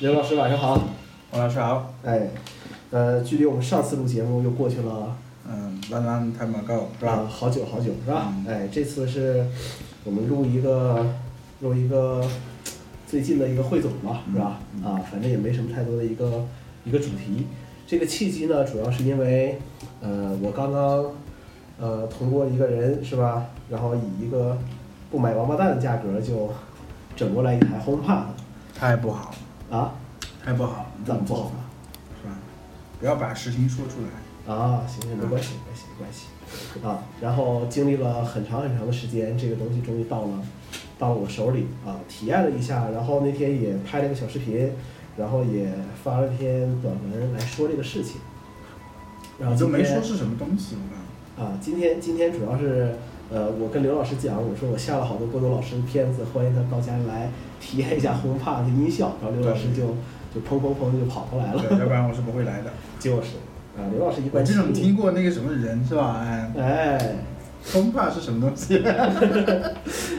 刘老师晚上好。王老师好，哎，呃，距离我们上次录节目又过去了嗯，弯弯太马高是啊，吧？好久好久是吧？嗯哎，这次是我们录一个录一个最近的一个汇总吧，是吧？啊，反正也没什么太多的一个一个主题。这个契机呢，主要是因为呃，我刚刚呃通过一个人是吧，然后以一个不买王八蛋的价格就整过来一台 HomePod 太不好，啊，太不好，怎么不好啊？是吧？不要把实情说出来。啊，行行，没关系，没关系，没关系。啊，然后经历了很长很长的时间，这个东西终于到了，到了我手里啊，体验了一下，然后那天也拍了个小视频，然后也发了篇短文来说这个事情。然后你就今没天说是什么东西，我告啊，今天今天主要是呃，我跟刘老师讲，我说我下了好多郭冬老师的片子，欢迎他到家里来体验一下 HomePod 的音效，然后刘老师就就砰砰砰就跑过 来诉你，对，要了，不然我是不会来 的。就是啊，刘老师一我般这种亲听过那个什么人是吧？哎，哎。通怕是什么东 西？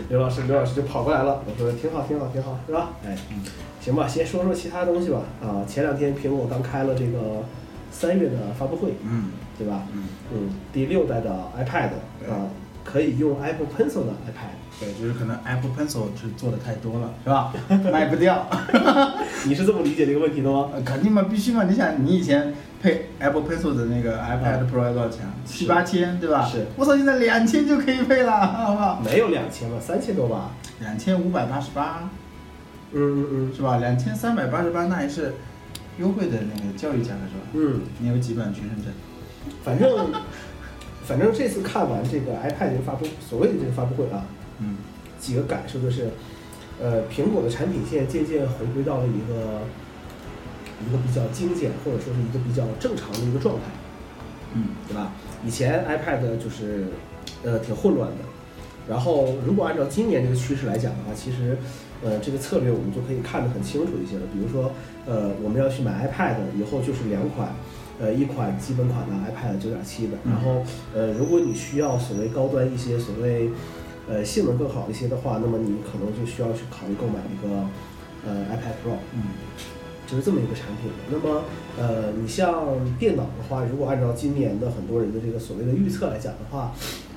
刘老师，刘老师就跑过来了，我说挺好，挺好，挺好，是吧？哎，嗯行吧，先说说其他东西吧。啊，前两天苹果刚开了这个三月的发布会，嗯对吧？嗯嗯，第六代的 iPad 对啊，可以用 Apple Pencil 的 iPad，对，就是可能 Apple Pencil 是做的太多了，是吧？卖不掉， 你是这么理解这个问题的吗？呃肯定嘛，必须嘛。你想，你以前配 Apple Pencil 的那个 iPad Pro 要多少钱？七八千，对吧？嗯是我操，现在两千就可以配了，好不好？啊没有两千吧，三千多吧？两千五百八十八。嗯嗯是吧？两千三百八十八那还是优惠的那个教育价格是吧？嗯，你有几版全认证？嗯，反正反正这次看完这个 iPad 这个发布所谓的这个发布会啊，嗯，几个感受就是，呃，苹果的产品线渐渐回归到了一个一个比较精简或者说是一个比较正常的一个状态，嗯，对吧？以前 iPad 就是呃挺混乱的，然后如果按照今年这个趋势来讲的话，其实呃这个策略我们就可以看得很清楚一些了。比如说呃我们要去买 iPad 以后就是两款。呃，一款基本款的 iPad 九点七的，然后呃，如果你需要所谓高端一些，所谓呃性能更好一些的话，那么你可能就需要去考虑购买一个呃 iPad Pro。嗯，就是这么一个产品的。那么，呃，你像电脑的话，如果按照今年的很多人的这个所谓的预测来讲的话，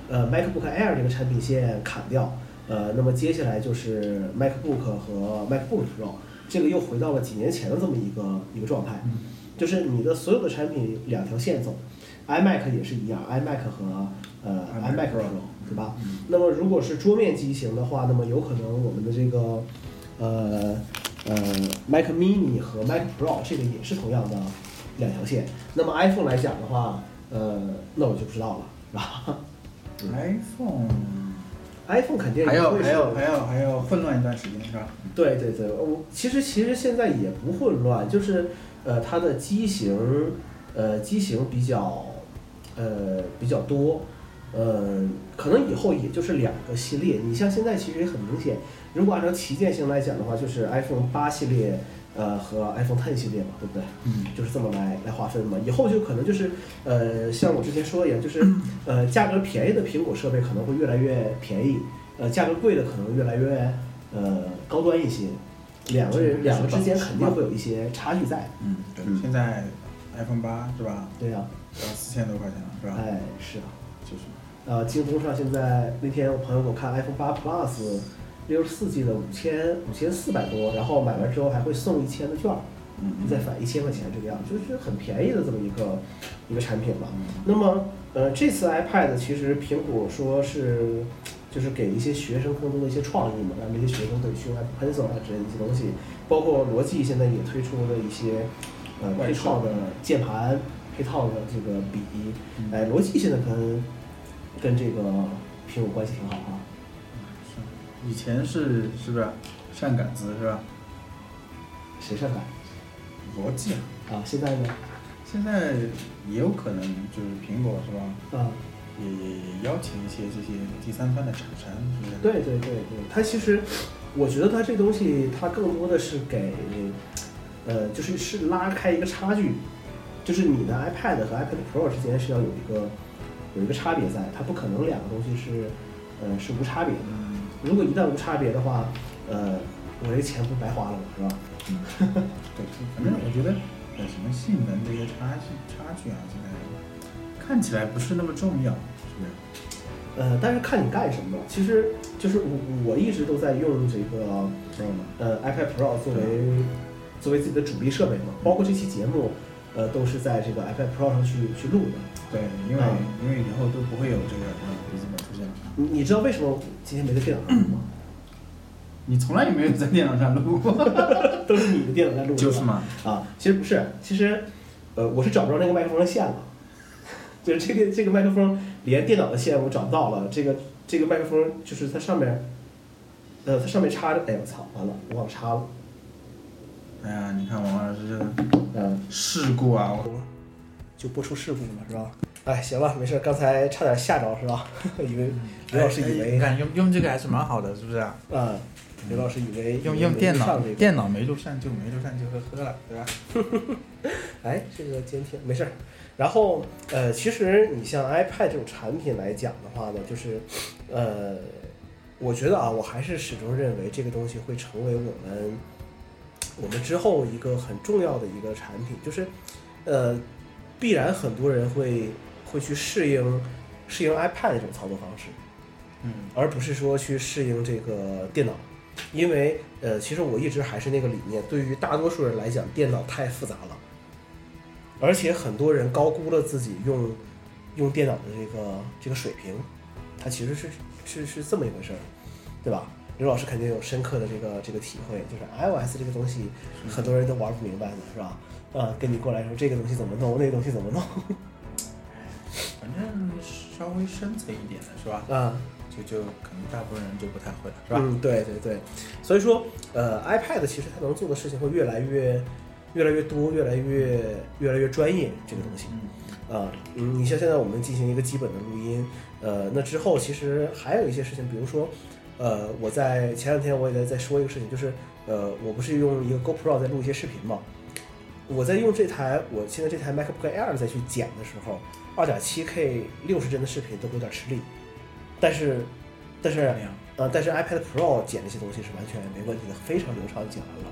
呃，MacBook Air 这个产品线砍掉，呃，那么接下来就是 MacBook 和 MacBook Pro，这个又回到了几年前的这么一个一个状态，就是你的所有的产品两条线走，iMac 也是一样，iMac 和呃 iMac iMac Pro Pro 对吧？那么如果是桌面机型的话，那么有可能我们的这个呃呃 Mac Mini 和 Mac Pro 这个也是同样的两条线。那么 iPhone 来讲的话，呃，那我就不知道了，是吧 iPhone ？iPhone 肯定也还要会是还要还要还要混乱一段时间是吧？对对对，我其实其实现在也不混乱，就是呃它的机型呃机型比较呃比较多，呃可能以后也就是两个系列。你像现在其实也很明显，如果按照旗舰性来讲的话，就是 iPhone 八系列呃和 iPhone Ten 系列嘛，对不对？嗯就是这么来来划分嘛。以后就可能就是呃，像我之前说的一样，就是呃，价格便宜的苹果设备可能会越来越便宜，呃，价格贵的可能越来越呃高端一些。两个人两个之间肯定会有一些差距在。嗯，对，嗯现在 iPhone 八是吧？对呀、要四千多块钱了是吧？哎，是啊。就是呃，京东上现在那天我朋友给我看 iPhone 八 Plus 六十四 G 的五千五千四百多，然后买完之后还会送一千的券儿。嗯再返一千块钱这个样，就是很便宜的这么一个一个产品吧嗯。那么，呃，这次 iPad 其实苹果说是就是给一些学生更多的一些创意嘛，让这些学生可以去用 Apple Pencil 啊之类的一些东西，包括罗技现在也推出了一些呃外配设套的键盘、配套的这个笔。嗯哎，罗技现在跟跟这个苹果关系挺好啊。是以前是是不是上杆子是吧？谁上赶逻辑啊，啊？现在呢？现在也有可能就是苹果是吧？啊，也也也邀请一些这些第三方的厂商是不是？对对对对，它其实，我觉得它这东西，它更多的是给，呃，就是是拉开一个差距，就是你的 iPad 和 iPad Pro 之间是要有一个有一个差别在，它不可能两个东西是，呃，是无差别的。嗯。如果一旦无差别的话，呃，我这钱不白花了嘛，是吧？嗯，对，反正我觉得有什么性能的一个差距差距啊，现在看起来不是那么重要，是不是？呃，但是看你干什么了。其实就是我我一直都在用这个知道吗？呃 iPad Pro 作为作为自己的主力设备嘛，包括这期节目，呃，都是在这个 iPad Pro 上去去录的。对，因为、啊嗯因为以后都不会有这个呃笔记本出现了。你你知道为什么今天没在电脑上录吗？你从来也没有在电脑上录过， 都是你的电脑在录，就是吧？嘛，啊，其实不是，其实呃，我是找不着那个麦克风的线了， 就是这个这个麦克风连电脑的线我找不到了，这个这个麦克风就是它上面，呃，它上面插着，哎呦我操，完了，我忘了插了，哎呀，你看王老师这个嗯。事故啊，我就播出事故了，是吧？哎，行了，没事，刚才差点吓着，是吧？ 以为刘老师以哎为你看用用这个还是蛮好的，是不是啊？啊，刘老师以为用以为嗯用电脑上这个，电脑没录上就没录上就呵呵了，对吧？哎，这个监听没事儿。然后呃，其实你像 iPad 这种产品来讲的话呢，就是呃，我觉得啊，我还是始终认为这个东西会成为我们我们之后一个很重要的一个产品，就是呃，必然很多人会会去适应适应 iPad 这种操作方式。嗯，而不是说去适应这个电脑，因为呃，其实我一直还是那个理念，对于大多数人来讲，电脑太复杂了，而且很多人高估了自己用用电脑的这个这个水平，它其实是是是这么一回事儿，对吧？刘老师肯定有深刻的这个这个体会，就是 iOS 这个东西，很多人都玩不明白的是吧？啊，跟你过来说这个东西怎么弄，那个东西怎么弄 反正稍微深层一点的是吧？啊？就就可能大部分人就不太会了，是吧？嗯，对对对，所以说，呃，iPad 其实它能做的事情会越来越、越来越多，越来越、越来越专业这个东西。嗯，啊，嗯，你像现在我们进行一个基本的录音，呃，那之后其实还有一些事情，比如说，呃，我在前两天我也在在说一个事情，就是呃，我不是用一个 GoPro 在录一些视频嘛，我在用这台我现在这台 MacBook Air 再去剪的时候，二点七 K 六十帧的视频都会有点吃力，但是，但是这样呃，但是 iPad Pro 剪这些东西是完全没问题的，非常流畅剪完了。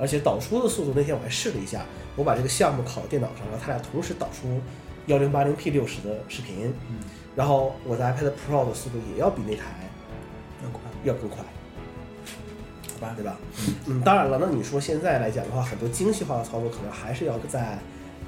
而且导出的速度，那天我还试了一下，我把这个项目拷到电脑上，然后它俩同时导出幺零八零 P 六十的视频，嗯，然后我的 iPad Pro 的速度也要比那台要快，要更快，好吧？对吧？嗯，当然了，那你说现在来讲的话，很多精细化的操作可能还是要在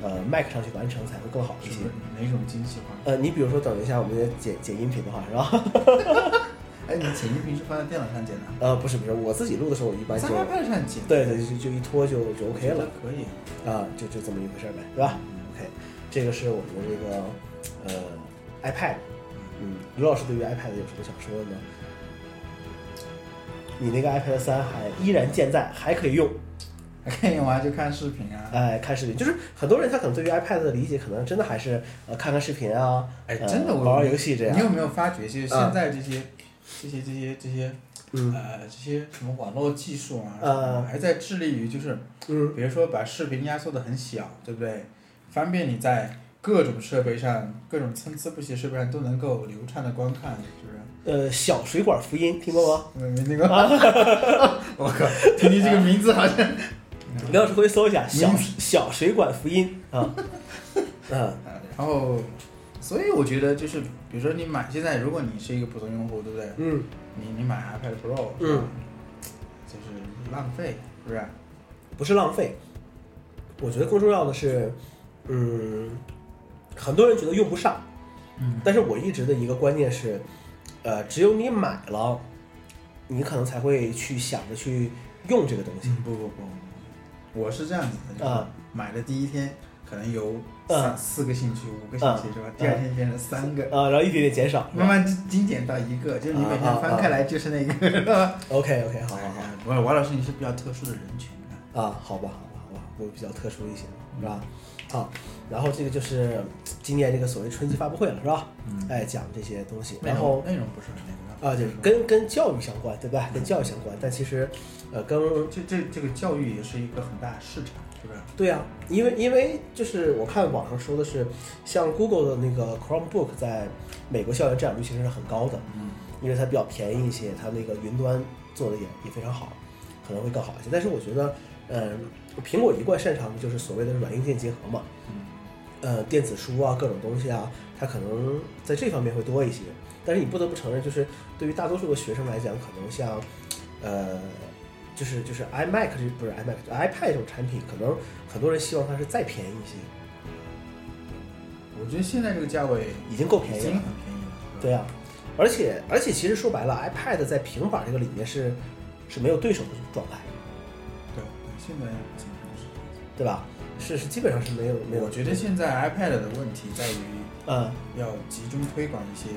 呃 Mac 上去完成才会更好一是些不。是哪种精细化？呃，你比如说，等一下我们剪剪音频的话，是吧？哎，你剪音频是放在电脑上剪的， 呃，不是不是，我自己录的时候，我一般就在 iPad 上剪，对对，就就一拖就就 OK 了。可以。啊，就就这么一回事儿呗，是吧？OK，这个是我们的这个呃 iPad，嗯，刘老师对于 iPad 有什么想说的呢？你那个 iPad 三还依然健在，还可以用，还可以用啊，就看视频啊。哎，看视频，就是很多人他可能对于 iPad 的理解，可能真的还是呃看看视频啊，哎，呃真的，我玩玩游戏这样你有没有发觉，其实嗯现在这些、这些、这些、这些，嗯呃，这些什么网络技术啊，呃什么还在致力于就是，嗯比如说把视频压缩的很小，对不对？方便你在各种设备上、各种参差不齐的设备上都能够流畅的观看，是不是？呃小水管福音听过吗？没没 那个，我靠，听你这个名字好像，刘老师回去搜一下小嗯小水管福音啊， 嗯然后，所以我觉得就是，比如说你买现在，如果你是一个普通用户，对不对？嗯你你买 iPad Pro，嗯是吧，就是浪费，是不是？不是浪费，我觉得更重要的是，嗯，很多人觉得用不上，嗯，但是我一直的一个观念是，呃，只有你买了，你可能才会去想着去用这个东西。不不不，我是这样子的，就是啊买的第一天可能有嗯三四个兴趣，五个兴趣是吧嗯？第二天变成三个，啊，然后一点点减少。慢慢精简到一个，就是你每天翻开来就是那个，是吧？ OK OK，好好嗯哎好呀王王老师，你是比较特殊的人群啊。啊，好吧好吧好吧，我比较特殊一些，是吧？好，然后这个就是今年这个所谓春季发布会了，是吧？嗯哎，讲这些东西，内然容后内容不是很那个啊，就是跟跟教育相关，对吧？跟教育相关，但其实，呃，跟这这这个教育也是一个很大的市场，是不是？对啊，因为因为就是我看网上说的是，像 Google 的那个 Chromebook 在美国校园占有率其实是很高的，嗯，因为它比较便宜一些，它那个云端做的也也非常好，可能会更好一些。但是我觉得，呃，苹果一贯擅长的就是所谓的软硬件结合嘛，嗯呃，电子书啊，各种东西啊，它可能在这方面会多一些。但是你不得不承认，就是对于大多数的学生来讲，可能像，呃，就是就是 iMac 这不是 iMac，就 iPad 这种产品，可能很多人希望它是再便宜一些，我觉得现在这个价位已经够便已宜经了很。便宜了。对啊，而且而且其实说白了，iPad 在平板这个里面是是没有对手的状态，对，对现在基本上是。对吧？是是基本上是没有没有。我觉得现在 iPad 的问题在于嗯要集中推广一些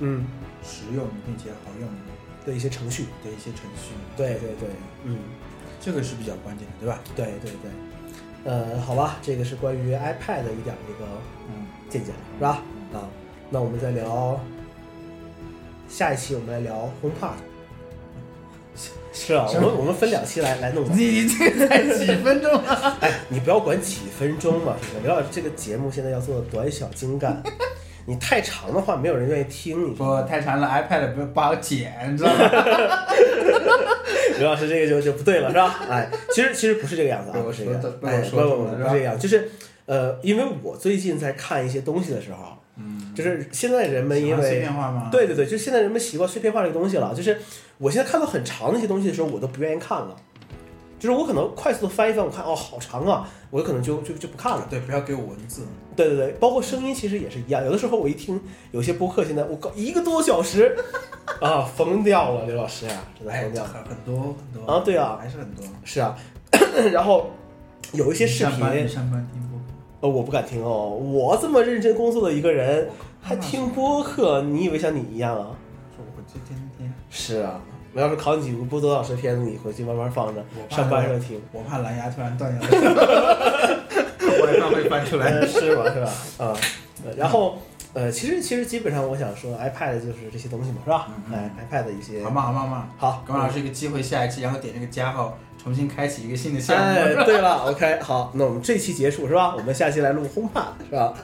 嗯实用并且好用的一些程序，的一些程序，对对对，嗯这个是比较关键的，对吧？对对对，呃，好吧，这个是关于 iPad 的一点儿这个嗯，见解了，是吧？啊，那我们再聊下一期，我们来聊 HomePod。是 啊，我们我们分两期来来弄吧。你你这个才几分钟啊？ 哎，你不要管几分钟嘛，是不是？刘老师这个节目现在要做的短小精 干，你太长的话没有人愿意听，你知道不吗？太长了，iPad 不不好剪，你知道吗？刘老师这个就就不对了，是吧？哎，其实其实不是这个样子啊，被我不是这个样子，说哎，被不我说不中不了不是是吧这个样子，就是呃，因为我最近在看一些东西的时候， 嗯，就是现在人们喜因欢碎为片化吗？对对对，就现在人们习惯碎片化这个东西了。就是我现在看到很长的一些东西的时候，我都不愿意看了。就是我可能快速的翻一翻，我看哦好长啊，我可能就就就不看了。对，不要给我文字，对对对，包括声音其实也是一样。有的时候我一听有些播客，现在我搞一个多小时 啊，疯掉了，刘老师啊，真的哎，疯掉这了。很很多很多啊对啊还是很多。是啊， 然后有一些视上班频，上班听播客，呃，我不敢听哦。我这么认真工作的一个人，还听播客，你以为像你一样啊？说我这天天，是啊，我要是考你几部多小时片子，你回去慢慢放着我，怕上班时候听。我怕蓝牙突然断 掉了，我怕会翻出来。 呃是吧？是吧？啊、呃然后呃，其实其实基本上我想说，iPad 就是这些东西嘛，是吧？嗯嗯哎，iPad 的一些好嘛好嘛好嘛，好给我老师一个机会，下一期然后点这个加号，重新开启一个新的项目。哎，对了，OK，好，那我们这期结束是吧？我们下期来录轰趴是吧？